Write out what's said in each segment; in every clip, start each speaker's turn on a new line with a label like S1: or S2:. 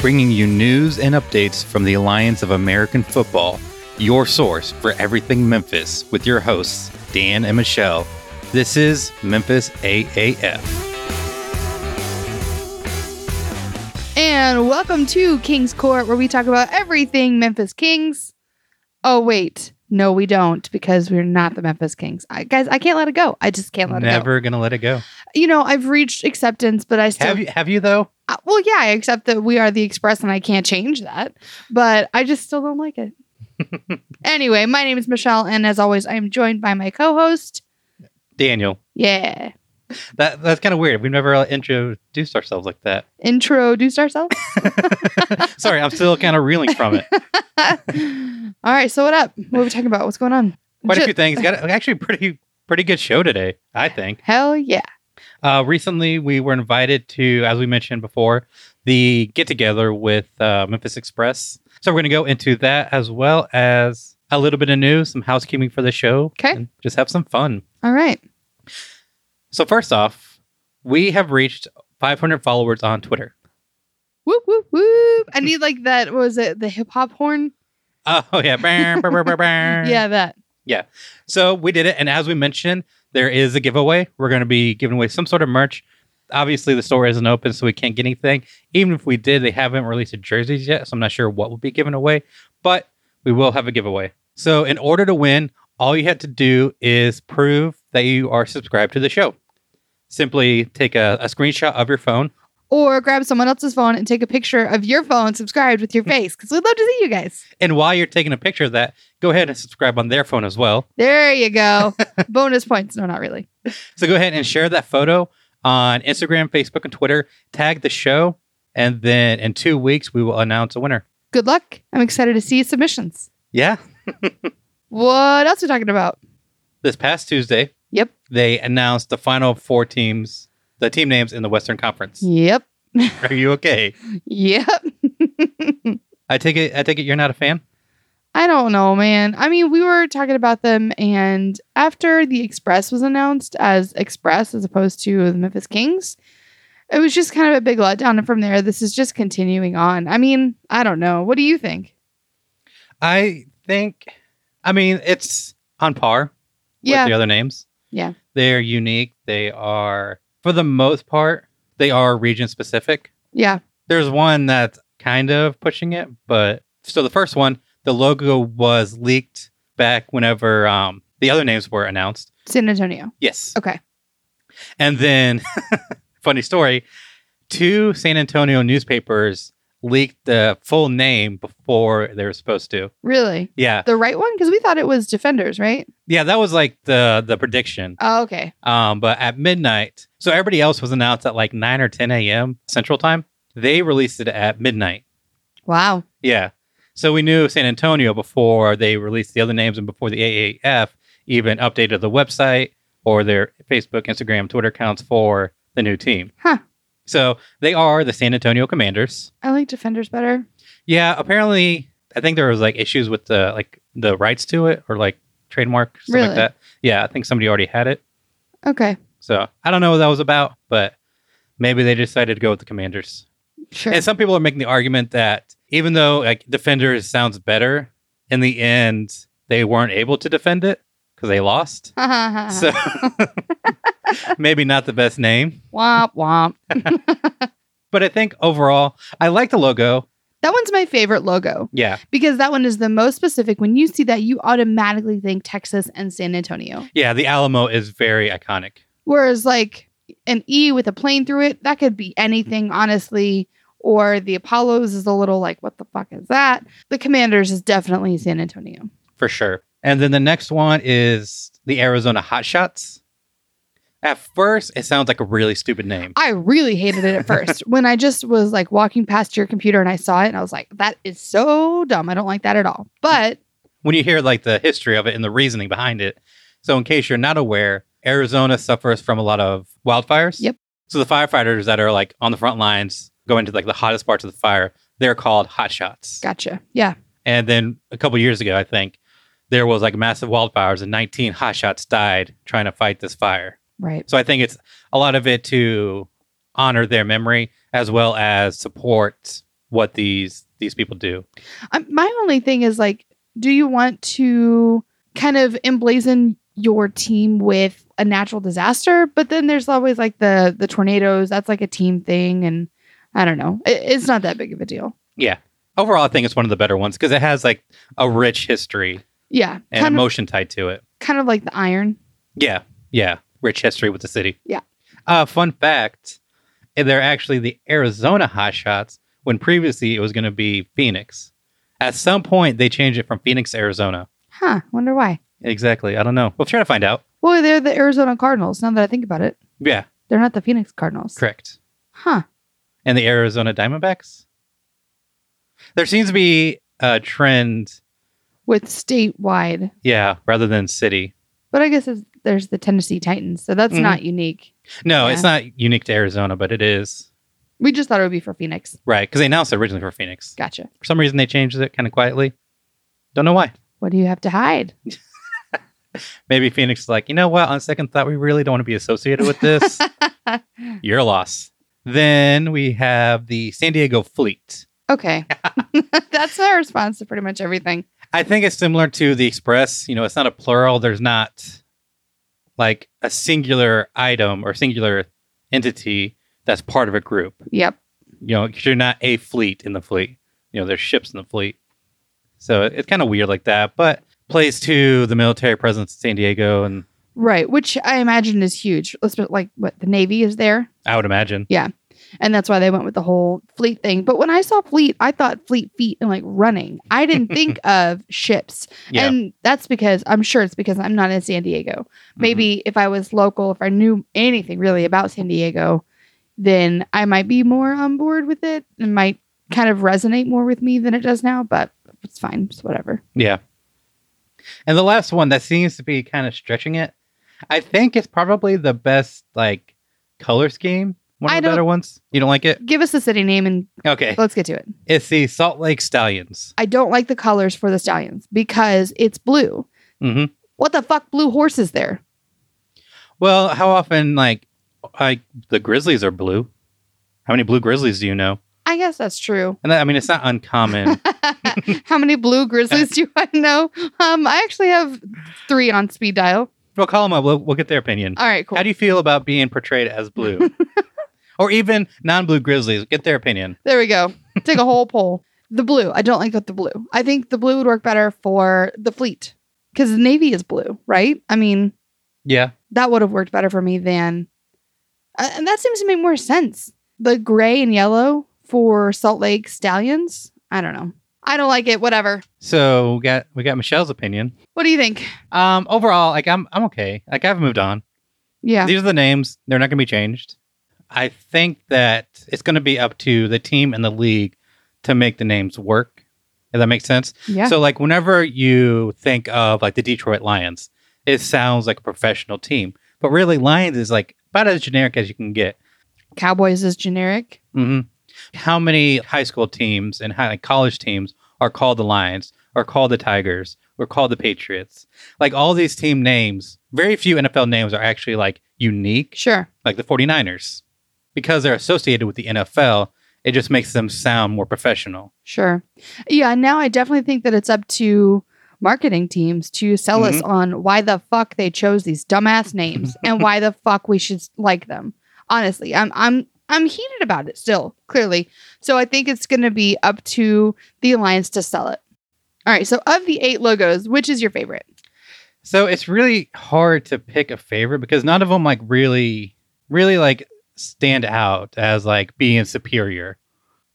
S1: bringing you news and updates from the Alliance of American Football, your source for everything Memphis, with your hosts, Dan and Michelle. This is Memphis AAF.
S2: And welcome to King's Court, where we talk about everything Memphis Kings. Oh, wait. No, we don't, because we're not the Memphis Kings. I, guys, I can't let it go. I just can't let it
S1: Never gonna let it go.
S2: go. You know, I've reached acceptance, but I still.
S1: Have you? Have you though?
S2: Uh, well, yeah, I accept that we are the Express and I can't change that, but I just still don't like it. anyway, my name is Michelle, and as always, I am joined by my co host.
S1: Daniel,
S2: Yeah.
S1: that that's kind of weird. We've never uh, introduced ourselves like that.
S2: Introduced ourselves.
S1: Sorry, I'm still kind of reeling from it.
S2: All right, so what up? What are we talking about? What's going on?
S1: Quite a
S2: Ju-
S1: few things. Got a- actually a pretty pretty good show today, I think.
S2: Hell yeah.
S1: Uh, recently, we were invited to, as we mentioned before, the get together with uh, Memphis Express. So we're going to go into that as well as a little bit of news, some housekeeping for the show.
S2: 'Kay.
S1: and Just have some fun.
S2: All right.
S1: So, first off, we have reached 500 followers on Twitter.
S2: Whoop whoop whoop! I need like that. What was it the hip hop horn?
S1: Oh, yeah. Brr, brr, brr, brr, brr.
S2: Yeah, that.
S1: So we did it. And as we mentioned, there is a giveaway. We're going to be giving away some sort of merch. Obviously, the store isn't open, so we can't get anything. Even if we did, they haven't released the jerseys yet. So I'm not sure what will be given away, but we will have a giveaway. So, in order to win, all you had to do is prove that you are subscribed to the show. Simply take a, a screenshot of your phone.
S2: Or grab someone else's phone and take a picture of your phone subscribed with your face because we'd love to see you guys.
S1: And while you're taking a picture of that, go ahead and subscribe on their phone as well.
S2: There you go. Bonus points. No, not really.
S1: So go ahead and share that photo on Instagram, Facebook, and Twitter. Tag the show, and then in two weeks we will announce a winner.
S2: Good luck. I'm excited to see submissions.
S1: Yeah,
S2: What else are we talking about?
S1: this past Tuesday.
S2: Yep.
S1: They announced the final four teams, the team names in the Western Conference.
S2: Yep.
S1: Are you okay?
S2: Yep.
S1: I take it. I take it you're not a fan.
S2: I don't know, man. I mean, we were talking about them, and after the Express was announced as Express as opposed to the Memphis Kings, it was just kind of a big letdown. And from there, this is just continuing on. I mean, I don't know. What do you think?
S1: I think. I mean, it's on par with
S2: Yeah.
S1: the other names.
S2: Yeah.
S1: They're unique. They are, for the most part, they are region specific.
S2: Yeah.
S1: There's one that's kind of pushing it, but so the first one, the logo was leaked back whenever um, the other names were announced.
S2: San Antonio.
S1: Yes.
S2: Okay.
S1: And then, funny story, two San Antonio newspapers leaked the full name before they were supposed to.
S2: Really?
S1: Yeah.
S2: The right one? Because we thought it was Defenders, right?
S1: Yeah, that was like the the prediction.
S2: Oh, okay.
S1: Um, but at midnight, so everybody else was announced at like 9 or 10 a.m. Central Time. They released it at midnight.
S2: Wow.
S1: Yeah. So we knew San Antonio before they released the other names and before the AAF even updated the website or their Facebook, Instagram, Twitter accounts for the new team.
S2: Huh.
S1: So they are the San Antonio Commanders.
S2: I like Defenders better.
S1: Yeah, apparently I think there was like issues with the like the rights to it or like trademark stuff
S2: Really?
S1: like that. Yeah, I think somebody already had it.
S2: Okay.
S1: So I don't know what that was about, but maybe they decided to go with the Commanders.
S2: Sure.
S1: And some people are making the argument that even though like defenders sounds better, in the end they weren't able to defend it because they lost. so maybe not the best name,
S2: womp womp.
S1: but I think overall I like the logo.
S2: That one's my favorite logo.
S1: Yeah,
S2: because that one is the most specific. When you see that, you automatically think Texas and San Antonio.
S1: yeah, the Alamo is very iconic.
S2: Whereas, like an E with a plane through it, that could be anything, honestly. Or the Apollos is a little like, what the fuck is that? The Commanders is definitely San Antonio.
S1: for sure. And then the next one is the Arizona Hotshots. At first, it sounds like a really stupid name.
S2: I really hated it at first when I just was like walking past your computer and I saw it and I was like, that is so dumb. I don't like that at all. But
S1: when you hear like the history of it and the reasoning behind it. So, in case you're not aware, Arizona suffers from a lot of wildfires.
S2: Yep.
S1: So the firefighters that are like on the front lines, going to like the hottest parts of the fire, they're called hotshots.
S2: gotcha. Yeah.
S1: And then a couple years ago, I think there was like massive wildfires and 19 hotshots died trying to fight this fire.
S2: Right.
S1: So I think it's a lot of it to honor their memory as well as support what these these people do.
S2: Um, my only thing is like, do you want to kind of emblazon your team with a natural disaster? But then there's always like the the tornadoes. That's like a team thing, and I don't know. It, it's not that big of a deal.
S1: Overall, I think it's one of the better ones because it has like a rich history
S2: Yeah,
S1: and
S2: kind of
S1: emotion tied to it.
S2: kind of like the iron.
S1: Yeah, yeah, rich history with the city.
S2: Yeah.
S1: Uh, fun fact: eh, they're actually the Arizona Hot Shots when previously it was going to be Phoenix. At some point, they changed it from Phoenix, Arizona.
S2: Huh? Wonder why.
S1: Exactly. I don't know. We'll try to find out.
S2: Well, they're the Arizona Cardinals. Now that I think about it,
S1: Yeah,
S2: they're not the Phoenix Cardinals.
S1: correct.
S2: Huh?
S1: and the Arizona Diamondbacks. There seems to be a trend,
S2: With statewide,
S1: yeah, rather than city.
S2: but I guess it's, there's the Tennessee Titans, so that's
S1: Mhm.
S2: not unique.
S1: No,
S2: Yeah.
S1: it's not unique to Arizona, but it is
S2: We just thought it would be for Phoenix.
S1: right because they announced it originally for Phoenix.
S2: Gotcha.
S1: For some reason, they changed it kind of quietly. Don't know why.
S2: What do you have to hide?
S1: Maybe Phoenix is like, you know what? On second thought, we really don't want to be associated with this. Your loss. Then we have the San Diego Fleet.
S2: Okay. That's my response to pretty much everything.
S1: I think it's similar to the Express. You know, it's not a plural. There's not like a singular item or singular entity that's part of a group.
S2: Yep.
S1: You know, 'cause you're not a fleet in the fleet. You know, there's ships in the fleet. So it- it's kind of weird like that, but plays to the military presence in San Diego, and
S2: Right, which I imagine is huge. Let's put like what the Navy is there,
S1: I would imagine.
S2: and that's why they went with the whole fleet thing. But when I saw fleet, I thought fleet feet and like running. I didn't think of ships,
S1: Yeah.
S2: and that's because I'm sure it's because I'm not in San Diego.
S1: Mm-hmm.
S2: Maybe if I was local, if I knew anything really about San Diego, then I might be more on board with it. It might kind of resonate more with me than it does now, but it's fine. It's whatever.
S1: Yeah. And the last one that seems to be kind of stretching it, I think it's probably the best like color scheme. One
S2: I
S1: of the
S2: don't- Uh,
S1: better ones. You don't like it?
S2: Give us the city name and
S1: Okay.
S2: let's get to it.
S1: It's the Salt Lake Stallions.
S2: I don't like the colors for the stallions because it's blue.
S1: hmm
S2: What the fuck blue horses there?
S1: Well, how often like like the Grizzlies are blue? How many blue Grizzlies do you know?
S2: I guess that's true.
S1: And that, I mean, it's not uncommon.
S2: How many blue grizzlies do I know? Um, I actually have three on speed dial.
S1: we'll call them up. We'll, we'll get their opinion.
S2: All right, cool.
S1: How do you feel about being portrayed as blue, or even non-blue Grizzlies? Get their opinion.
S2: there we go. Take a whole poll. The blue. I don't like the blue. I think the blue would work better for the fleet because the navy is blue, right? I mean,
S1: Yeah.
S2: that would have worked better for me than. Uh, and that seems to make more sense. The gray and yellow for Salt Lake stallions. I don't know. I don't like it. Whatever.
S1: So we got we got Michelle's opinion.
S2: What do you think?
S1: Um, overall, like I'm I'm okay. Like I've moved on.
S2: Yeah.
S1: These are the names. They're not going to be changed. I think that it's going to be up to the team and the league to make the names work. If that makes sense.
S2: Yeah.
S1: So, like, whenever you think of like the Detroit Lions, it sounds like a professional team, but really, Lions is like about as generic as you can get.
S2: Cowboys is generic.
S1: hmm How many high school teams and high, like, college teams are called the Lions, or called the Tigers, or called the Patriots? Like all these team names, very few NFL names are actually like unique
S2: Sure.
S1: like the 49ers. Because they're associated with the NFL, it just makes them sound more professional.
S2: Sure. Yeah. Now I definitely think that it's up to marketing teams to sell us on why the fuck they chose these dumbass names and why the fuck we should like them. Honestly, I'm I'm I'm heated about it still, clearly. So I think it's gonna be up to the alliance to sell it. All right. So of the eight logos, which is your favorite?
S1: So it's really hard to pick a favorite because none of them like really, really like stand out as like being superior.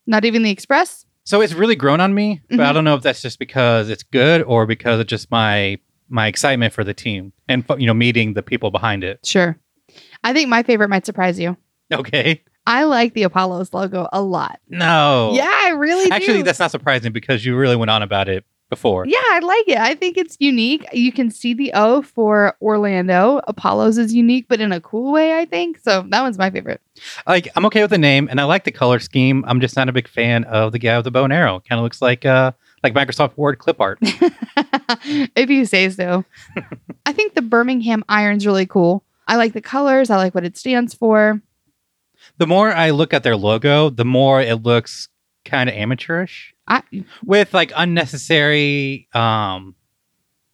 S2: Not even the express?
S1: So it's really grown on me, but I
S2: Mhm.
S1: don't know if that's just because it's good or because of just my my excitement for the team and you know meeting the people behind it.
S2: Sure. I think my favorite might surprise you.
S1: Okay,
S2: I like the Apollo's logo a lot.
S1: no,
S2: Yeah, I really
S1: Oh. actually
S2: do.
S1: that's not surprising because you really went on about it before.
S2: Yeah, I like it. I think it's unique. You can see the O for Orlando. Apollo's is unique, but in a cool way, I think. So that one's my favorite.
S1: like I'm okay with the name and I like the color scheme. I'm just not a big fan of the guy with the bow and arrow. Kind of looks like uh like Microsoft Word clip art.
S2: if you say so. I think the Birmingham Iron's really cool. I like the colors. I like what it stands for.
S1: the more I look at their logo, the more it looks kind of amateurish
S2: I-
S1: with like unnecessary um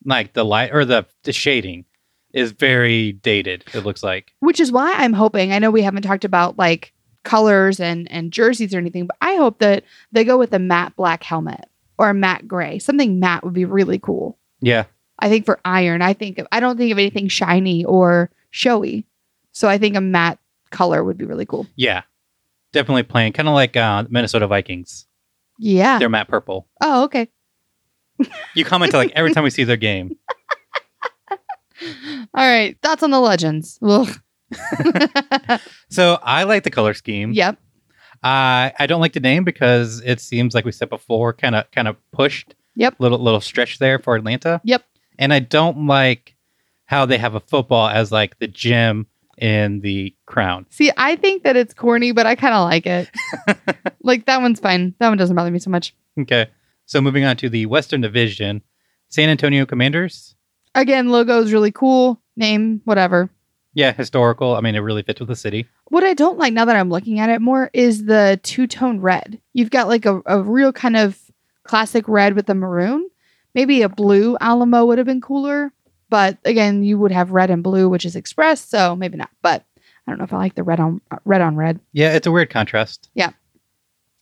S1: like the light or the the shading is very dated it looks like
S2: which is why I'm hoping. I know we haven't talked about like colors and and jerseys or anything, but I hope that they go with a matte black helmet or a matte gray. Something matte would be really cool.
S1: yeah
S2: I think for iron, I think of, I don't think of anything shiny or showy, so I think a matte color would be really cool.
S1: yeah definitely playing kind of like uh minnesota vikings
S2: Yeah.
S1: they're matte purple
S2: Oh, okay.
S1: you comment like every time we see their game
S2: All right. Thoughts on the legends? Ugh.
S1: so i like the color scheme
S2: yep.
S1: I I don't like the name because it seems like we said before, kind of kind of pushed.
S2: Yep.
S1: Little little stretch there for Atlanta.
S2: Yep.
S1: And I don't like how they have a football as like the gym and the crown.
S2: See, I think that it's corny, but I kind of like it. like that one's fine. That one doesn't bother me so much.
S1: Okay. So moving on to the Western Division, San Antonio Commanders.
S2: Again, logo is really cool. Name, whatever.
S1: Yeah, historical. I mean, it really fits with the city.
S2: What I don't like now that I'm looking at it more is the two tone red. You've got like a, a real kind of classic red with a maroon. Maybe a blue Alamo would have been cooler. But again, you would have red and blue, which is express, so maybe not. But I don't know if I like the red on uh, red on red.
S1: Yeah, it's a weird contrast.
S2: Yeah.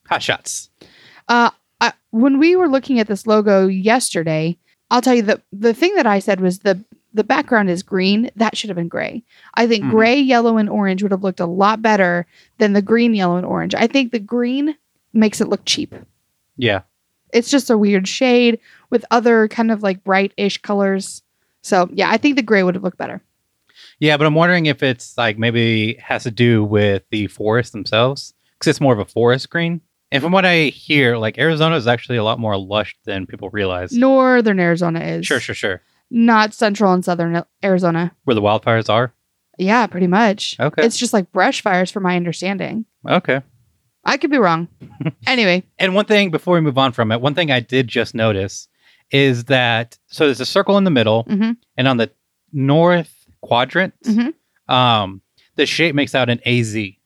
S1: Hot shots.
S2: I, when we were looking at this logo yesterday, I'll tell you the the thing that I said was the the background is green. That should have been gray. I think
S1: Mhm.
S2: gray, yellow, and orange would have looked a lot better than the green, yellow, and orange. I think the green makes it look cheap.
S1: Yeah.
S2: It's just a weird shade with other kind of like bright ish colors. So yeah, I think the gray would have looked better.
S1: Yeah, but I'm wondering if it's like maybe has to do with the forests themselves because it's more of a forest green. And from what I hear, like Arizona is actually a lot more lush than people realize.
S2: Northern Arizona is
S1: Sure, sure, sure.
S2: not central and southern Arizona.
S1: Where the wildfires are.
S2: Yeah, pretty much.
S1: Okay.
S2: It's just like brush fires, from my understanding.
S1: okay.
S2: I could be wrong. anyway,
S1: And one thing before we move on from it, one thing I did just notice is that so there's a circle in the middle,
S2: Mhm.
S1: and on the north quadrant,
S2: Mhm.
S1: um, the shape makes out an AZ.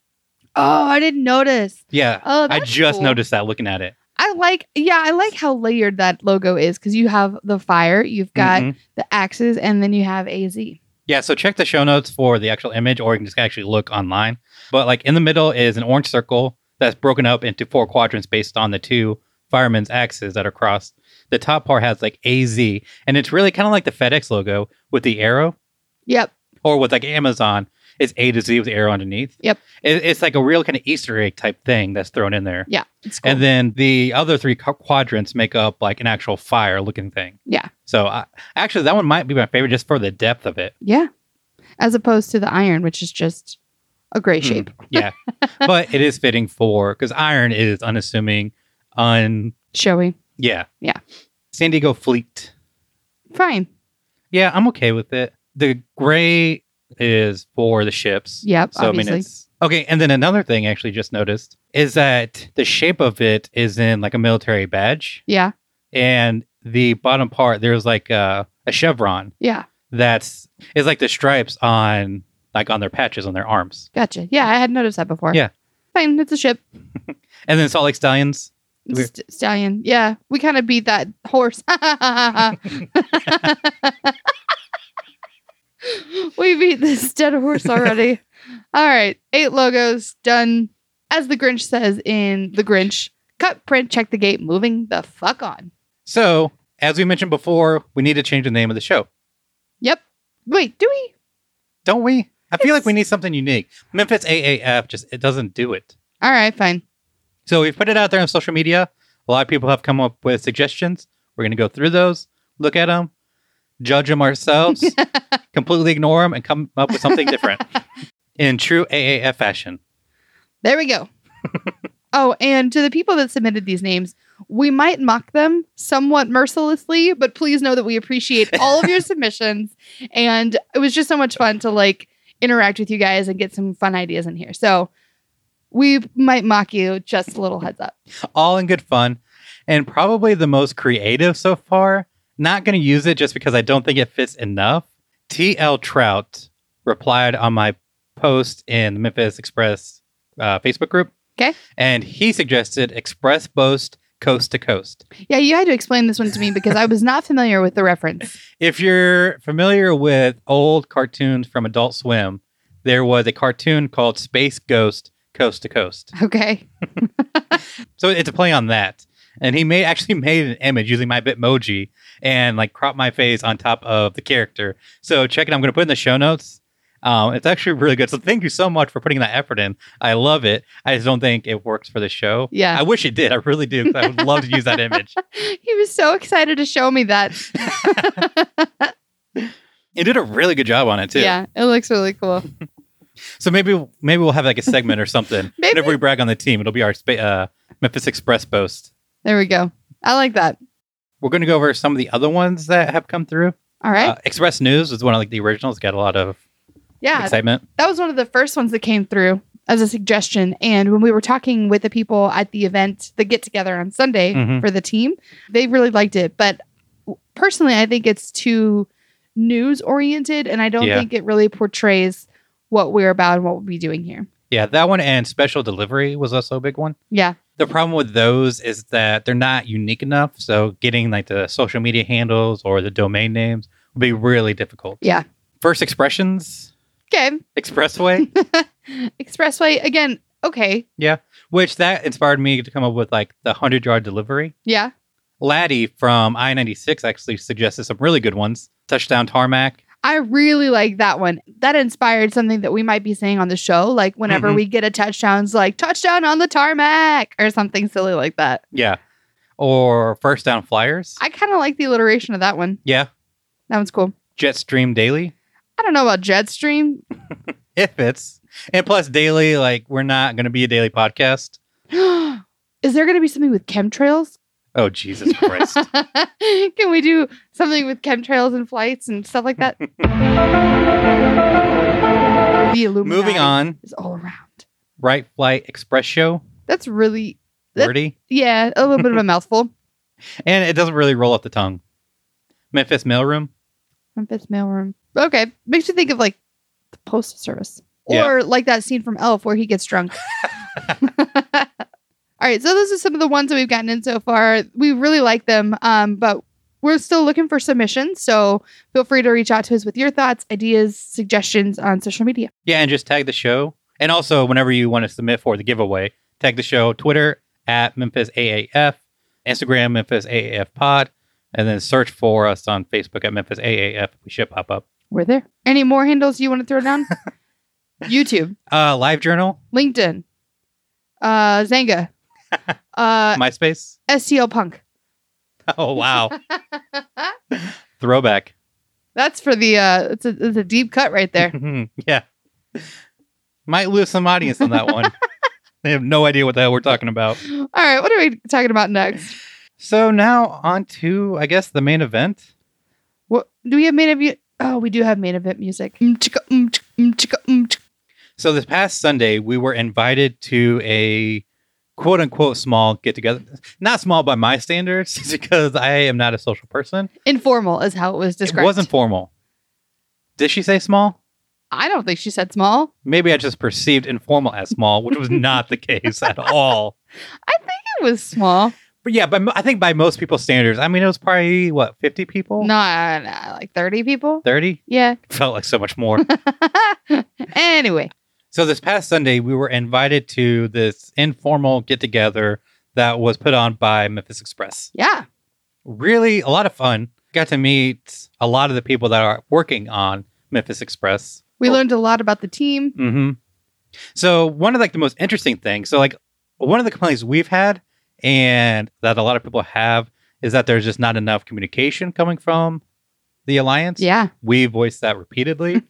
S2: Oh, I didn't notice.
S1: Yeah.
S2: Oh,
S1: I
S2: that's
S1: just
S2: cool.
S1: noticed that looking at it.
S2: I like, yeah, I like how layered that logo is because you have the fire, you've got
S1: Mhm.
S2: the axes, and then you have AZ.
S1: Yeah, so check the show notes for the actual image, or you can just actually look online. But like in the middle is an orange circle that's broken up into four quadrants based on the two firemen's axes that are crossed. The top part has like AZ, and it's really kind of like the FedEx logo with the arrow,
S2: Yep.
S1: or with like Amazon, it's A to Z with the arrow underneath.
S2: Yep.
S1: It, it's like a real kind of Easter egg type thing that's thrown in there.
S2: Yeah. It's cool.
S1: And then the other three qu- quadrants make up like an actual fire looking thing.
S2: Yeah.
S1: So I, actually, that one might be my favorite just for the depth of it.
S2: yeah. As opposed to the iron, which is just a gray
S1: Hmm.
S2: shape.
S1: yeah but it is fitting for because iron is unassuming un
S2: Showy.
S1: yeah
S2: Yeah.
S1: san diego fleet
S2: Fine.
S1: yeah i'm okay with it the gray is for the ships
S2: Yep.
S1: so
S2: obviously.
S1: i mean it's okay and then another thing I actually just noticed is that the shape of it is in like a military badge
S2: yeah.
S1: and the bottom part there's like a, a chevron
S2: Yeah.
S1: that's is like the stripes on like on their patches on their arms
S2: Gotcha. Yeah. I had noticed that before.
S1: Yeah.
S2: Fine. It's a ship.
S1: and then salt lake stallions
S2: It's
S1: We're-
S2: st- stallion. Yeah. We kind of beat that horse. we beat this dead horse already. All right. Eight logos done. As the Grinch says in The Grinch, cut, print, check the gate, moving the fuck on.
S1: So, as we mentioned before, we need to change the name of the show,
S2: Yep. Wait, do we?
S1: don't we? I feel like
S2: Yes.
S1: we need something unique. Memphis AAF just it doesn't do it.
S2: All right, fine.
S1: So we've put it out there on social media. A lot of people have come up with suggestions. We're going to go through those, look at them, judge them ourselves, completely ignore them, and come up with something different in true AAF fashion.
S2: There we go. oh, and to the people that submitted these names, we might mock them somewhat mercilessly, but please know that we appreciate all of your submissions. And it was just so much fun to like interact with you guys and get some fun ideas in here. So we might mock you, just a little heads up.
S1: All in good fun, and probably the most creative so far. Not going to use it just because I don't think it fits enough. TL Trout replied on my post in the Memphis Express uh, Facebook group
S2: Okay.
S1: And he suggested Express Boast Coast to Coast.
S2: Yeah, you had to explain this one to me because I was not familiar with the reference.
S1: If you're familiar with old cartoons from Adult Swim, there was a cartoon called Space Ghost Coast to Coast.
S2: Okay.
S1: So it's a play on that. And he made actually made an image using my Bitmoji and like crop my face on top of the character. So check it. I'm going to put it in the show notes. Um, it's actually really good. So thank you so much for putting that effort in. I love it. I just don't think it works for the show.
S2: Yeah.
S1: I wish it did. I really do. 'cause I would love to use that image.
S2: he was so excited to show me that.
S1: It did a really good job on it too.
S2: Yeah, it looks really cool.
S1: So maybe maybe we'll have like a segment or something.
S2: Maybe.
S1: Whenever we brag on the team, it'll be our spa- uh, Memphis Express boast.
S2: There we go. I like that.
S1: We're going to go over some of the other ones that have come through.
S2: All right.
S1: Uh, Express News is one of like the originals. Got a lot of
S2: yeah,
S1: excitement.
S2: that was one of the first ones that came through as a suggestion. And when we were talking with the people at the event, the get together on Sunday
S1: Mhm.
S2: for the team, they really liked it. But w- personally, I think it's too news oriented, and I don't
S1: Yeah.
S2: think it really portrays what we're about and what we'll be doing here.
S1: Yeah, that one and Special Delivery was also a big one.
S2: Yeah,
S1: The problem with those is that they're not unique enough. So getting like the social media handles or the domain names would be really difficult.
S2: yeah.
S1: First Expressions,
S2: Okay,
S1: Expressway,
S2: expressway again. Okay,
S1: which that inspired me to come up with like the 100 yard delivery.
S2: yeah.
S1: Laddie from I 96 actually suggested some really good ones. Touchdown Tarmac.
S2: I really like that one. That inspired something that we might be saying on the show, like whenever
S1: Mhm.
S2: we get a touchdown, it's like touchdown on the tarmac or something silly like that.
S1: Yeah. Or First Down Flyers.
S2: I kind of like the alliteration of that one.
S1: yeah.
S2: That one's cool.
S1: Jetstream Daily.
S2: I don't know about Jetstream.
S1: If it's. And plus, daily, like, we're not going to be a daily podcast.
S2: Is there going to be something with chemtrails?
S1: Oh, Jesus Christ.
S2: Can we do something with chemtrails and flights and stuff like that? the Illuminati
S1: Moving on.
S2: is all around.
S1: Right Flight Express Show.
S2: That's really That-
S1: Wordy.
S2: yeah, a little bit of a mouthful.
S1: And it doesn't really roll off the tongue. Memphis Mailroom.
S2: Memphis mailroom. Okay, makes you think of like the postal service,
S1: Yeah.
S2: or like that scene from Elf where he gets drunk. All right, so those are some of the ones that we've gotten in so far. We really like them, um, but we're still looking for submissions. So feel free to reach out to us with your thoughts, ideas, suggestions on social media.
S1: Yeah. And just tag the show. And also, whenever you want to submit for the giveaway, tag the show Twitter at Memphis AAF, Instagram Memphis AAF Pod, and then search for us on Facebook at Memphis AAF. We should pop up.
S2: We're there. Any more handles you want to throw down? YouTube,
S1: Uh, Live Journal,
S2: LinkedIn, uh, Zanga, uh,
S1: MySpace.
S2: STL Punk.
S1: Oh, wow. Throwback.
S2: That's for the. Uh, it's a, it's a deep cut right there.
S1: yeah. Might lose some audience on that one. they have no idea what the hell we're talking about.
S2: All right, what are we talking about next?
S1: So now on to, I guess, the main event.
S2: What do we have main event? Oh, we do have main event music. Mm, chicka, mm, chick, mm, chicka, mm, chick.
S1: So this past Sunday, we were invited to a quote unquote small get together. Not small by my standards, because I am not a social person.
S2: Informal is how it was described.
S1: It wasn't formal. Did she say small?
S2: I don't think she said small.
S1: Maybe I just perceived informal as small, which was not the case at all.
S2: I think it was small.
S1: But yeah, but I think by most people's standards, I mean it was probably what fifty people,
S2: No, I- I- like thirty people.
S1: thirty.
S2: Yeah.
S1: Felt like so much more.
S2: Anyway,
S1: So this past Sunday, we were invited to this informal get together that was put on by Memphis Express.
S2: yeah,
S1: Really, a lot of fun. Got to meet a lot of the people that are working on Memphis Express.
S2: we learned a lot about the team.
S1: hmm So one of like the most interesting things. So like one of the complaints we've had, and that a lot of people have, is that there's just not enough communication coming from the alliance.
S2: Yeah,
S1: We voiced that repeatedly.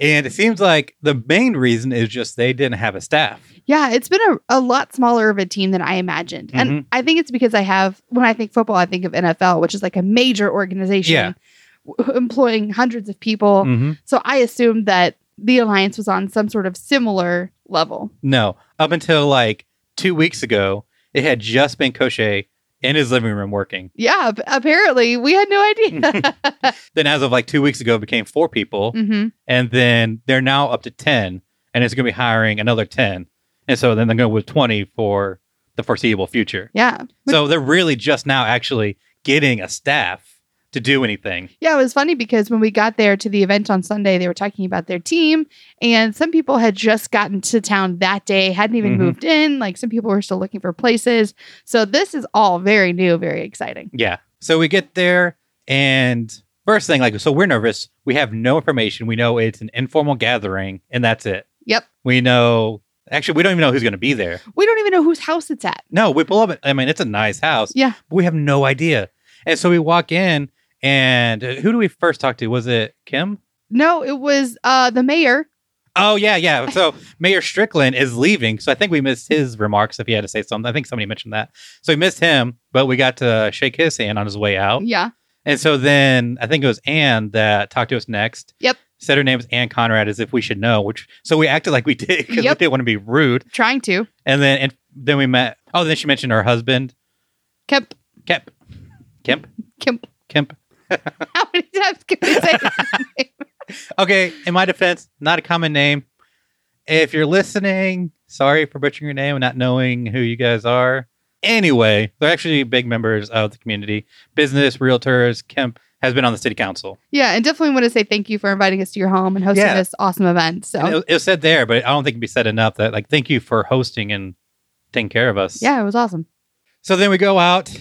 S1: and it seems like the main reason is just they didn't have a staff.
S2: yeah. It's been a, a lot smaller of a team than I imagined,
S1: Mm-hmm.
S2: and I think it's because I have when I think football, I think of NFL, which is like a major organization.
S1: Yeah.
S2: w- Employing hundreds of people,
S1: Mhm.
S2: So I assumed that the alliance was on some sort of similar level.
S1: No, up until like two weeks ago, it had just been Koshe in his living room working.
S2: Yeah, ap- apparently we had no idea.
S1: Then, as of like two weeks ago, it became four people,
S2: hmm
S1: and then they're now up to ten, and it's going to be hiring another ten. And so then they're going with 20 for the foreseeable future.
S2: Yeah. Which-
S1: So they're really just now actually getting a staff to do anything.
S2: Yeah, it was funny because when we got there to the event on Sunday, they were talking about their team, and some people had just gotten to town that day, hadn't even
S1: Mhm.
S2: moved in. Like some people were still looking for places. So this is all very new, very exciting.
S1: Yeah. So we get there and first thing like so we're nervous. We have no information. We know it's an informal gathering and that's it.
S2: Yep.
S1: We know actually we don't even know who's going to be there.
S2: We don't even know whose house it's at.
S1: No, we pull up I mean it's a nice house.
S2: Yeah.
S1: But we have no idea. And so we walk in and uh, who do we first talk to? Was it Kim?
S2: No, it was uh the mayor.
S1: Oh yeah, yeah. So Mayor Strickland is leaving, so I think we missed his remarks if he had to say something. I think somebody mentioned that, so we missed him, but we got to shake his hand on his way out.
S2: Yeah.
S1: And so then I think it was Anne that talked to us next.
S2: Yep.
S1: Said her name was Anne Conrad, as if we should know. Which so we acted like we did because
S2: Yep.
S1: we didn't want to be rude.
S2: Trying to.
S1: And then and then we met. Oh, then she mentioned her husband
S2: Kemp
S1: Kemp. Kemp.
S2: Kemp.
S1: Kemp.
S2: How many times can we say his name?
S1: Okay. In my defense, not a common name. If you're listening, sorry for butchering your name and not knowing who you guys are. Anyway, they're actually big members of the community. Business, realtors, Kemp has been on the city council.
S2: Yeah, and definitely want to say thank you for inviting us to your home and hosting
S1: Yeah.
S2: this awesome event. So
S1: And It, it was said there, but I don't think it can be said enough that, like, thank you for hosting and taking care of us.
S2: yeah, it was awesome.
S1: So then we go out.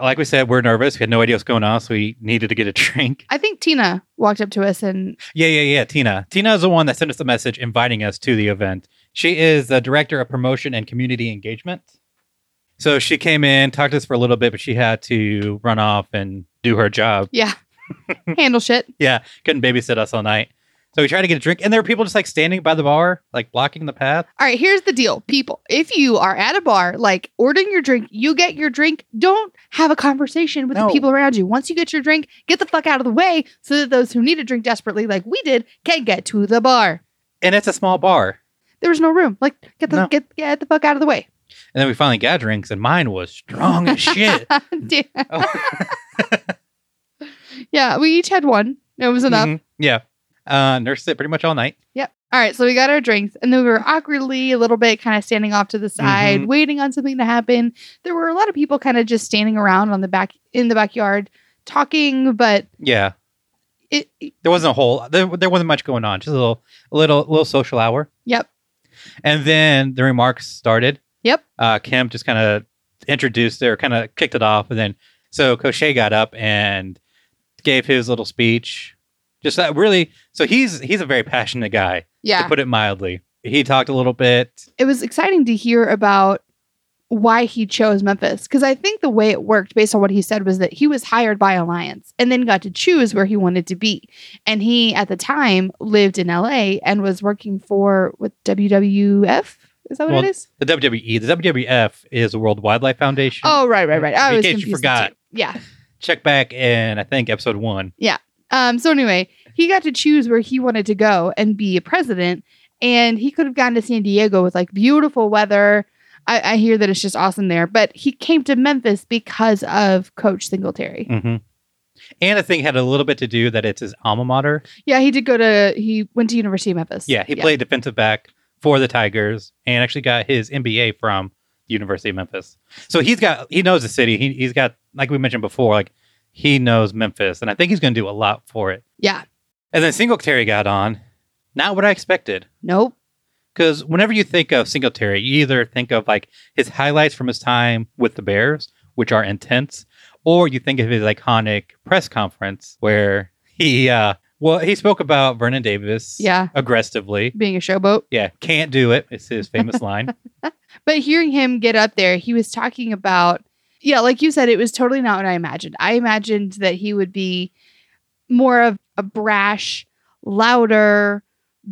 S1: Like we said, we're nervous. We had no idea what's going on, so we needed to get a drink.
S2: I think Tina walked up to us and
S1: Yeah, yeah, yeah. Tina. Tina is the one that sent us the message inviting us to the event. She is the director of promotion and community engagement. So she came in, talked to us for a little bit, but she had to run off and do her job.
S2: yeah, handle shit.
S1: Yeah, couldn't babysit us all night. So we tried to get a drink, and there were people just like standing by the bar, like blocking the path.
S2: All right, here's the deal, people. If you are at a bar, like ordering your drink, you get your drink. Don't have a conversation with
S1: No.
S2: the people around you. Once you get your drink, get the fuck out of the way so that those who need a drink desperately, like we did, can get to the bar.
S1: And it's a small bar.
S2: There was no room. Like get the
S1: No.
S2: get get the fuck out of the way.
S1: And then we finally got drinks, and mine was strong as shit.
S2: Damn.
S1: Oh.
S2: yeah, we each had one. It was enough.
S1: Mhm. Yeah. Uh, nursed it pretty much all night.
S2: Yep. All right. So we got our drinks, and then we were awkwardly a little bit kind of standing off to the side,
S1: Mhm.
S2: waiting on something to happen. There were a lot of people kind of just standing around on the back in the backyard talking, but
S1: Yeah.
S2: it, it-
S1: There wasn't a whole. There, there wasn't much going on. Just a little, a little, little social hour.
S2: yep,
S1: And then the remarks started.
S2: Yep.
S1: Uh, Kim just kind of introduced or kind of kicked it off, and then so Cochet got up and gave his little speech. Just that really. So he's he's a very passionate guy,
S2: yeah.
S1: to put it mildly. He talked a little bit.
S2: it was exciting to hear about why he chose Memphis because I think the way it worked, based on what he said, was that he was hired by Alliance and then got to choose where he wanted to be. And he, at the time, lived in LA and was working for with WWF. Is that what
S1: Well,
S2: it is?
S1: The WWE, the WWF is the World Wildlife Foundation.
S2: Oh, right, right, right. I
S1: In
S2: was
S1: case you
S2: confused the
S1: forgot.
S2: two. Yeah.
S1: Check back in I think episode one.
S2: Um. So anyway, he got to choose where he wanted to go and be a president, and he could have gone to San Diego with like beautiful weather. I, I hear that it's just awesome there, but he came to Memphis because of Coach Singletary.
S1: Mm-hmm. And I think had a little bit to do that it's his alma mater.
S2: Yeah, he did go to. He went to University of Memphis.
S1: Yeah, he played defensive back for the Tigers and actually got his MBA from the University of Memphis. So he's got he knows the city. He he's got like we mentioned before, like he knows Memphis, and I think he's going to do a lot for it.
S2: Yeah.
S1: And then Singletary got on. Not what I expected.
S2: Nope.
S1: Because whenever you think of Singletary, you either think of like his highlights from his time with the Bears, which are intense, or you think of his iconic press conference where he, uh, well, he spoke about Vernon Davis,
S2: Yeah.
S1: aggressively.
S2: Being a showboat.
S1: Yeah, can't do it. It's his famous line.
S2: But hearing him get up there, he was talking about, yeah, like you said, it was totally not what I imagined. I imagined that he would be more of a brash, louder,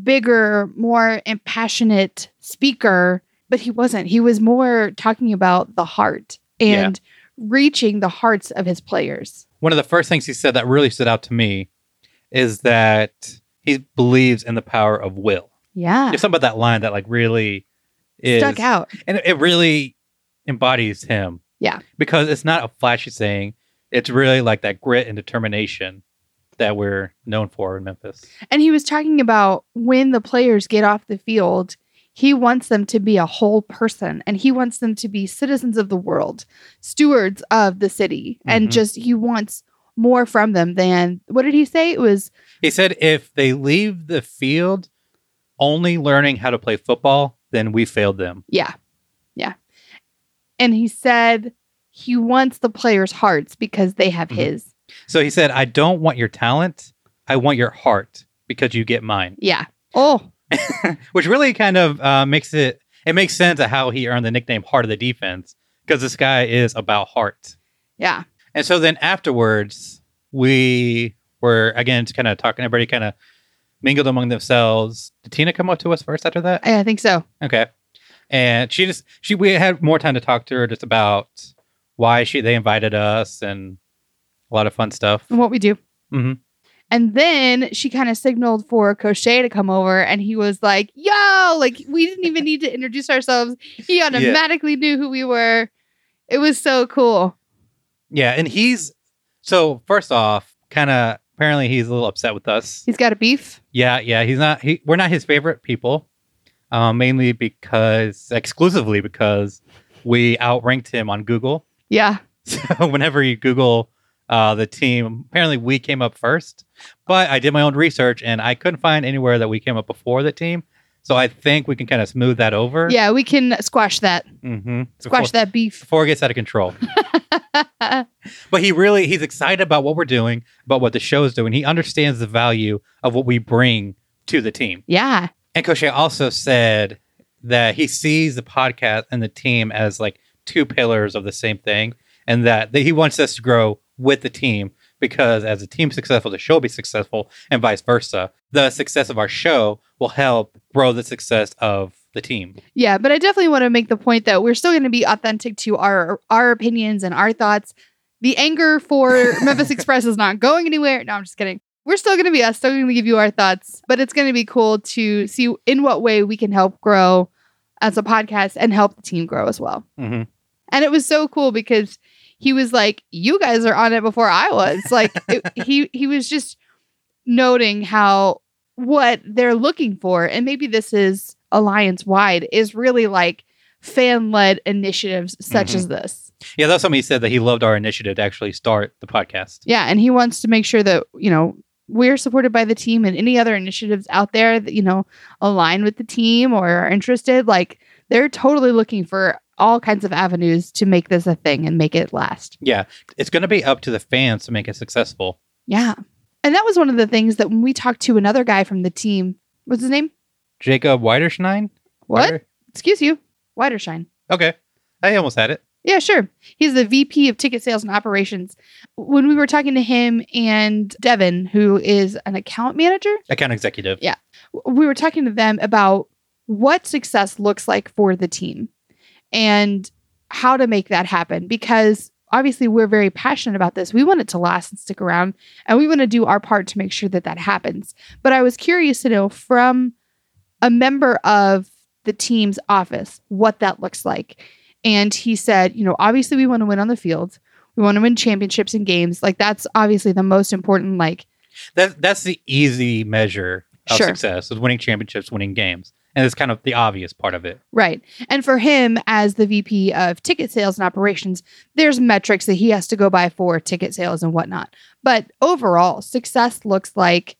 S2: bigger, more impassionate speaker, but he wasn't. He was more talking about the heart
S1: Yeah.
S2: and reaching the hearts of his players.
S1: One of the first things he said that really stood out to me is that he believes in the power of will.
S2: Yeah.
S1: There's something about that line that like really is
S2: Stuck out.
S1: and it- it really embodies him.
S2: Yeah.
S1: because it's not a flashy saying; it's really like that grit and determination that we're known for in Memphis.
S2: And he was talking about when the players get off the field, He wants them to be a whole person and he wants them to be citizens of the world, stewards of the city. And
S1: Mhm.
S2: just he wants more from them than what did he say? It was
S1: He said if they leave the field only learning how to play football, then we failed them.
S2: Yeah. Yeah. And he said he wants the players' hearts because they have
S1: Mhm.
S2: his.
S1: So he said, I don't want your talent. I want your heart because you get mine,
S2: Yeah. Oh,
S1: which really kind of uh, makes it, it makes sense of how he earned the nickname Heart of the Defense because this guy is about heart.
S2: yeah.
S1: And so then afterwards, we were again just kind of talking, everybody kind of mingled among themselves. Did Tina come up to us first after that?
S2: I, I think so.
S1: Okay. And she just she we had more time to talk to her just about why she they invited us and a lot of fun stuff.
S2: And what we do.
S1: Mhm.
S2: And then she kind of signaled for Crochet to come over, and he was like, yo, like we didn't even need to introduce ourselves. He automatically knew who we were. It was so cool.
S1: Yeah, and he's so first off, kind of apparently he's a little upset with us.
S2: He's got a beef.
S1: Yeah, yeah, he's not he we're not his favorite people. Um, mainly because exclusively because we outranked him on Google.
S2: Yeah.
S1: So whenever you Google uh, the team, apparently we came up first. But I did my own research and I couldn't find anywhere that we came up before the team. So I think we can kind of smooth that over.
S2: Yeah. We can squash that,
S1: Mm-hmm.
S2: squash
S1: before,
S2: that beef.
S1: Before it gets out of control. But he really he's excited about what we're doing, about what the show's doing. He understands the value of what we bring to the team.
S2: yeah.
S1: And Koshe also said that he sees the podcast and the team as like two pillars of the same thing, and that, that he wants us to grow with the team because as the team's successful, the show will be successful, and vice versa. The success of our show will help grow the success of the team.
S2: Yeah, but I definitely want to make the point that we're still going to be authentic to our our opinions and our thoughts. The anger for Memphis Express is not going anywhere. No, I'm just kidding. We're still going to be us, still going to give you our thoughts, but it's going to be cool to see in what way we can help grow as a podcast and help the team grow as well.
S1: Mm-hmm.
S2: And it was so cool because he was like, "You guys are on it before I was." Like it, he he was just noting how what they're looking for, and maybe this is alliance wide, is really like fan led initiatives such
S1: Mhm.
S2: as this.
S1: Yeah, that's something he said that he loved our initiative to actually start the podcast.
S2: Yeah, and he wants to make sure that you know we're supported by the team and any other initiatives out there that you know align with the team or are interested. Like they're totally looking for all kinds of avenues to make this a thing and make it last.
S1: Yeah, it's going to be up to the fans to make it successful.
S2: Yeah. And that was one of the things that when we talked to another guy from the team, what's his name?
S1: Jacob Weiderschnein?
S2: What?
S1: Weider-
S2: Excuse you. Widershine.
S1: Okay, I almost had it.
S2: Yeah, sure. He's the VP of ticket sales and operations. When we were talking to him and Devin, who is an account manager,
S1: Account executive.
S2: w- we were talking to them about what success looks like for the team and how to make that happen because obviously we're very passionate about this. We want it to last and stick around and we want to do our part to make sure that that happens. But I was curious to know from a member of the team's office what that looks like. And he said, you know, obviously we want to win on the field. We want to win championships and games. Like that's obviously the most important like
S1: that that's the easy measure of
S2: Sure.
S1: success is winning championships, winning games, and it's kind of the obvious part of it.
S2: Right. And for him, as the VP of ticket sales and operations, there's metrics that he has to go by for ticket sales and whatnot. But overall, success looks like,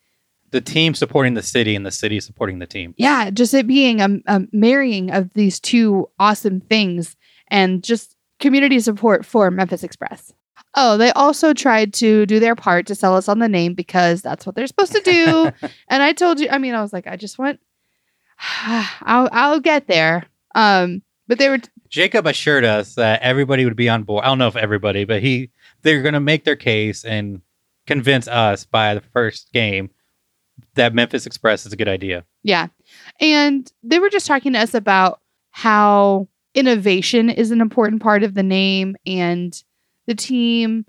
S1: The team supporting the city and the city supporting the team.
S2: yeah, just it being a, a marrying of these two awesome things and just community support for Memphis Express. Oh, they also tried to do their part to sell us on the name because that's what they're supposed to do. and I told you, I mean, I was like, I just want, I'll, I'll get there. Um, but they were
S1: Jacob assured us that everybody would be on board. I don't know if everybody, but he they're going to make their case and convince us by the first game that Memphis Express is a good idea.
S2: Yeah. And they were just talking to us about how innovation is an important part of the name and the team,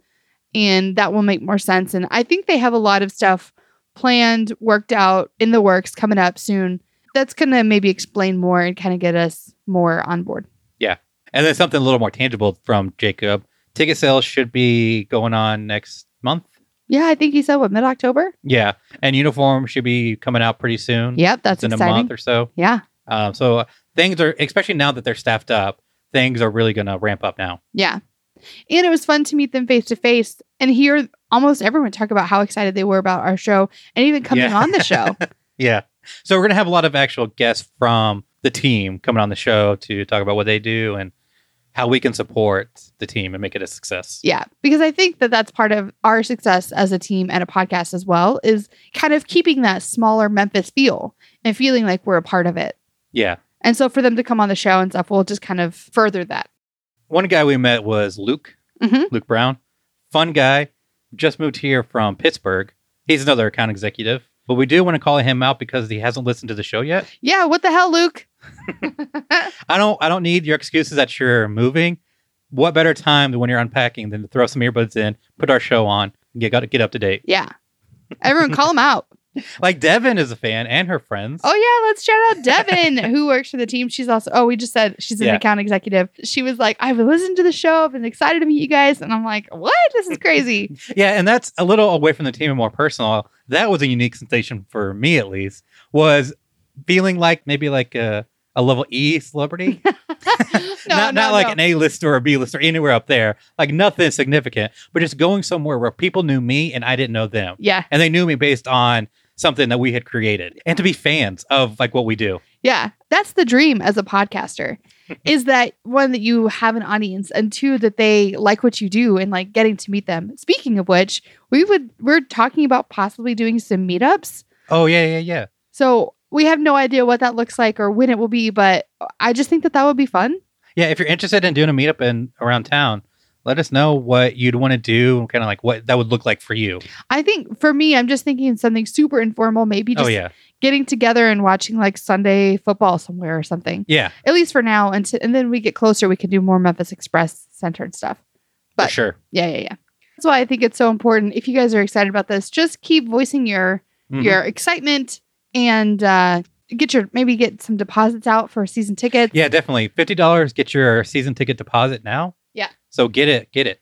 S2: and that will make more sense. And I think they have a lot of stuff planned, worked out in the works coming up soon. That's going to maybe explain more and kind of get us more on board.
S1: And then something a little more tangible from Jacob. Ticket sales should be going on next month.
S2: Yeah, I think he said what mid October.
S1: Yeah, and uniform should be coming out pretty soon.
S2: Yep, that's
S1: in a
S2: exciting.
S1: month or so.
S2: yeah,
S1: Um, so things are, especially now that they're staffed up, things are really going to ramp up now.
S2: Yeah. And it was fun to meet them face to face and hear almost everyone talk about how excited they were about our show and even coming
S1: Yeah.
S2: on the show.
S1: Yeah. So we're going to have a lot of actual guests from the team coming on the show to talk about what they do and how we can support the team and make it a success.
S2: yeah. Because I think that that's part of our success as a team and a podcast as well is kind of keeping that smaller Memphis feel and feeling like we're a part of it.
S1: Yeah.
S2: And so for them to come on the show and stuff, we'll just kind of further that.
S1: One guy we met was Luke,
S2: Mhm.
S1: Luke Brown. Fun guy. Just moved here from Pittsburgh. He's another account executive, but we do want to call him out because he hasn't listened to the show yet.
S2: Yeah. What the hell, Luke?
S1: I don't I don't need your excuses that you're moving. What better time than when you're unpacking than to throw some earbuds in, put our show on, and get get up to date.
S2: Yeah. Everyone call him out.
S1: Like Devin is a fan and her friends.
S2: Oh yeah, let's shout out Devin, who works for the team. She's also oh, we just said she's an
S1: Yeah.
S2: account executive. She was like, I've listened to the show, I've been excited to meet you guys. And I'm like, what? This is crazy.
S1: Yeah, and that's a little away from the team and more personal. That was a unique sensation for me, at least, was feeling like maybe like a, a level E celebrity,
S2: no,
S1: not
S2: no,
S1: not like
S2: no.
S1: an A list or a B list or anywhere up there, like nothing significant, but just going somewhere where people knew me and I didn't know them,
S2: Yeah.
S1: and they knew me based on something that we had created, and to be fans of like what we do.
S2: Yeah. That's the dream as a podcaster. is that one that you have an audience and two that they like what you do and like getting to meet them. Speaking of which, we would we're talking about possibly doing some meetups
S1: Oh yeah, yeah, yeah.
S2: So we have no idea what that looks like or when it will be, but I just think that that would be fun.
S1: Yeah, if you're interested in doing a meetup in around town, let us know what you'd want to do and kind of like what that would look like for you.
S2: I think for me, I'm just thinking something super informal, maybe just
S1: oh yeah.
S2: getting together and watching like Sunday football somewhere or something.
S1: Yeah,
S2: At least for now, and and then we get closer, we can do more Memphis Express centered stuff.
S1: for
S2: But-
S1: sure.
S2: Yeah, yeah, yeah. That's why I think it's so important. If you guys are excited about this, just keep voicing your
S1: Mhm.
S2: your excitement and uh, get your maybe get some deposits out for season tickets.
S1: Yeah, definitely. Fifty dollars. Get your season ticket deposit now.
S2: Yeah.
S1: So get it, get it.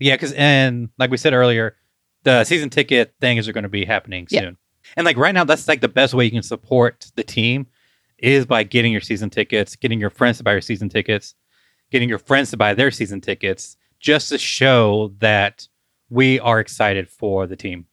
S1: Yeah, because and like we said earlier, the season ticket things are going to be happening
S2: Yeah.
S1: soon. And like right now, that's like the best way you can support the team is by getting your season tickets, getting your friends to buy your season tickets, getting your friends to buy their season tickets, just to show that we are excited for the team.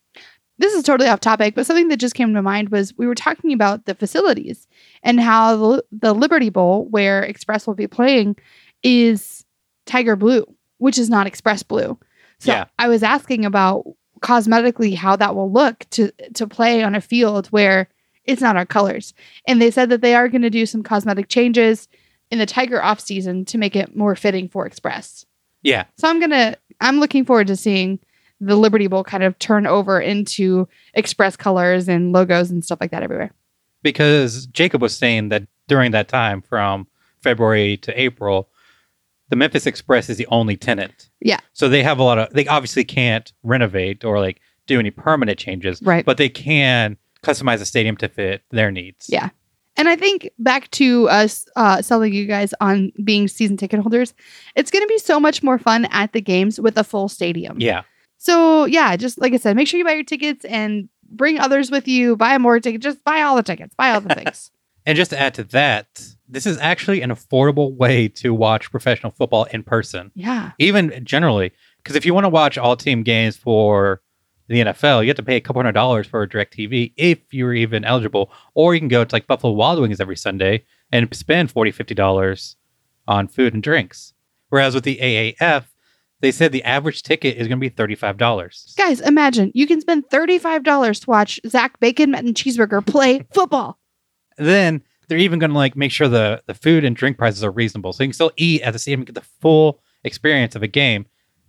S2: this is totally off topic, but something that just came to mind was we were talking about the facilities and how the, the Liberty Bowl, where Express will be playing, is Tiger Blue, which is not Express Blue. So
S1: Yeah.
S2: I was asking about cosmetically how that will look to to play on a field where it's not our colors. And they said that they are going to do some cosmetic changes in the Tiger off season to make it more fitting for Express.
S1: Yeah.
S2: So I'm gonna I'm looking forward to seeing the Liberty Bowl kind of turn over into express colors and logos and stuff like that everywhere.
S1: because Jacob was saying that during that time from February to April, the Memphis Express is the only tenant.
S2: Yeah.
S1: So they have a lot of they obviously can't renovate or like do any permanent changes,
S2: Right.
S1: but they can customize the stadium to fit their needs.
S2: Yeah. And I think back to us uh, selling you guys on being season ticket holders, it's going to be so much more fun at the games with a full stadium.
S1: Yeah.
S2: So yeah, just like I said, make sure you buy your tickets and bring others with you. Buy more tickets. Just buy all the tickets. Buy all the things.
S1: And just to add to that, this is actually an affordable way to watch professional football in person.
S2: Yeah.
S1: even generally because if you want to watch all team games for the NFL, you have to pay a couple hundred dollars for a direct TV if you're even eligible, or you can go to like Buffalo Wild Wings every Sunday and spend 40 dollars on food and drinks. Whereas with the AAF, they said the average ticket is going to be $35.
S2: Guys, imagine you can spend $35 to watch Zach Bacon and Cheeseburger play football.
S1: Then they're even going to like make sure the, the food and drink prices are reasonable. So you can still eat at the stadium and get the full experience of a game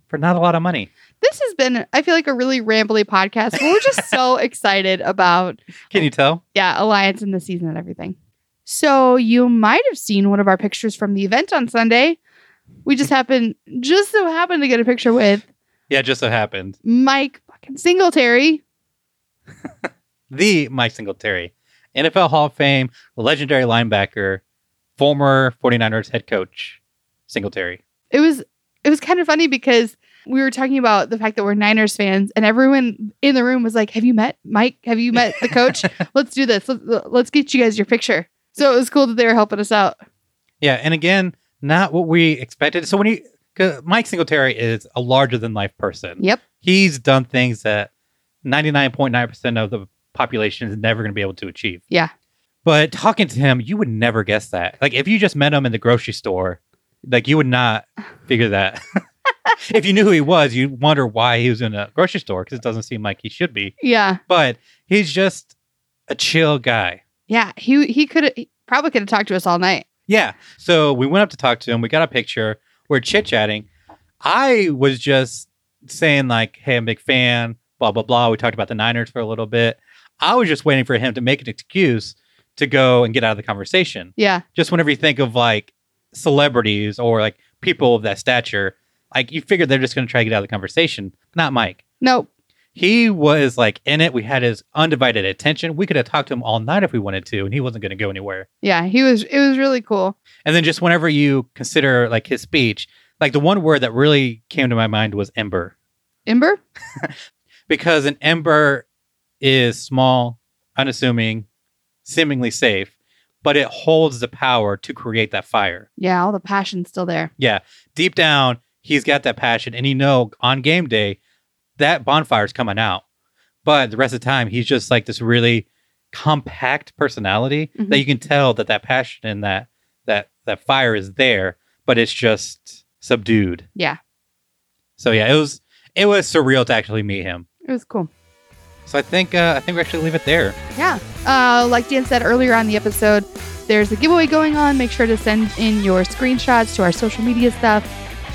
S1: for not a lot of money.
S2: This has been, I feel like, a really rambly podcast. But we're just so excited about
S1: Can you tell?
S2: yeah, Alliance in the season and everything. So you might have seen one of our pictures from the event on Sunday. We just happened, just so happened to get a picture with
S1: Yeah, it just so happened.
S2: Mike fucking Singletary.
S1: the Mike Singletary, NFL Hall of Fame, legendary linebacker, former 49ers head coach, Singletary.
S2: It was it was kind of funny because we were talking about the fact that we're Niners fans, and everyone in the room was like, "Have you met Mike? Have you met the coach? let's do this. Let's, let's get you guys your picture." So it was cool that they were helping us out.
S1: Yeah, and again, not what we expected. So when he, 'cause Mike Singletary is a larger than life person.
S2: Yep.
S1: He's done things that 99.9% of the population is never going to be able to achieve.
S2: Yeah.
S1: But talking to him, you would never guess that. Like if you just met him in the grocery store, like you would not figure that. if you knew who he was, you'd wonder why he was in a grocery store because it doesn't seem like he should be.
S2: Yeah.
S1: But he's just a chill guy.
S2: Yeah. He he could he probably could have talked to us all night.
S1: Yeah. So we went up to talk to him. We got a picture. We're chit chatting. I was just saying, like, hey, I'm a big fan, blah, blah, blah. We talked about the Niners for a little bit. I was just waiting for him to make an excuse to go and get out of the conversation.
S2: Yeah.
S1: Just whenever you think of like celebrities or like people of that stature, like you figure they're just going to try to get out of the conversation. Not Mike.
S2: Nope.
S1: He was like in it. We had his undivided attention. We could have talked to him all night if we wanted to, and he wasn't going to go anywhere.
S2: Yeah. He was it was really cool.
S1: And then just whenever you consider like his speech, like the one word that really came to my mind was ember,
S2: Ember?
S1: because an ember is small, unassuming, seemingly safe, but it holds the power to create that fire.
S2: Yeah, all the passion's still there.
S1: Deep down, he's got that passion, and you know on game day that bonfire's coming out. But the rest of the time, he's just like this really compact personality
S2: Mhm.
S1: that you can tell that that passion and that that that fire is there, but it's just subdued.
S2: Yeah.
S1: So yeah, it was it was surreal to actually meet him.
S2: It was cool.
S1: So I think uh, I think we actually leave it there.
S2: Yeah. Uh, like Dan said earlier on the episode, there's a giveaway going on. Make sure to send in your screenshots to our social media stuff.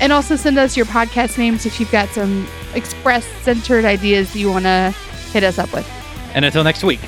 S2: And also send us your podcast names if you've got some express centered ideas you want to hit us up with.
S1: And until next week.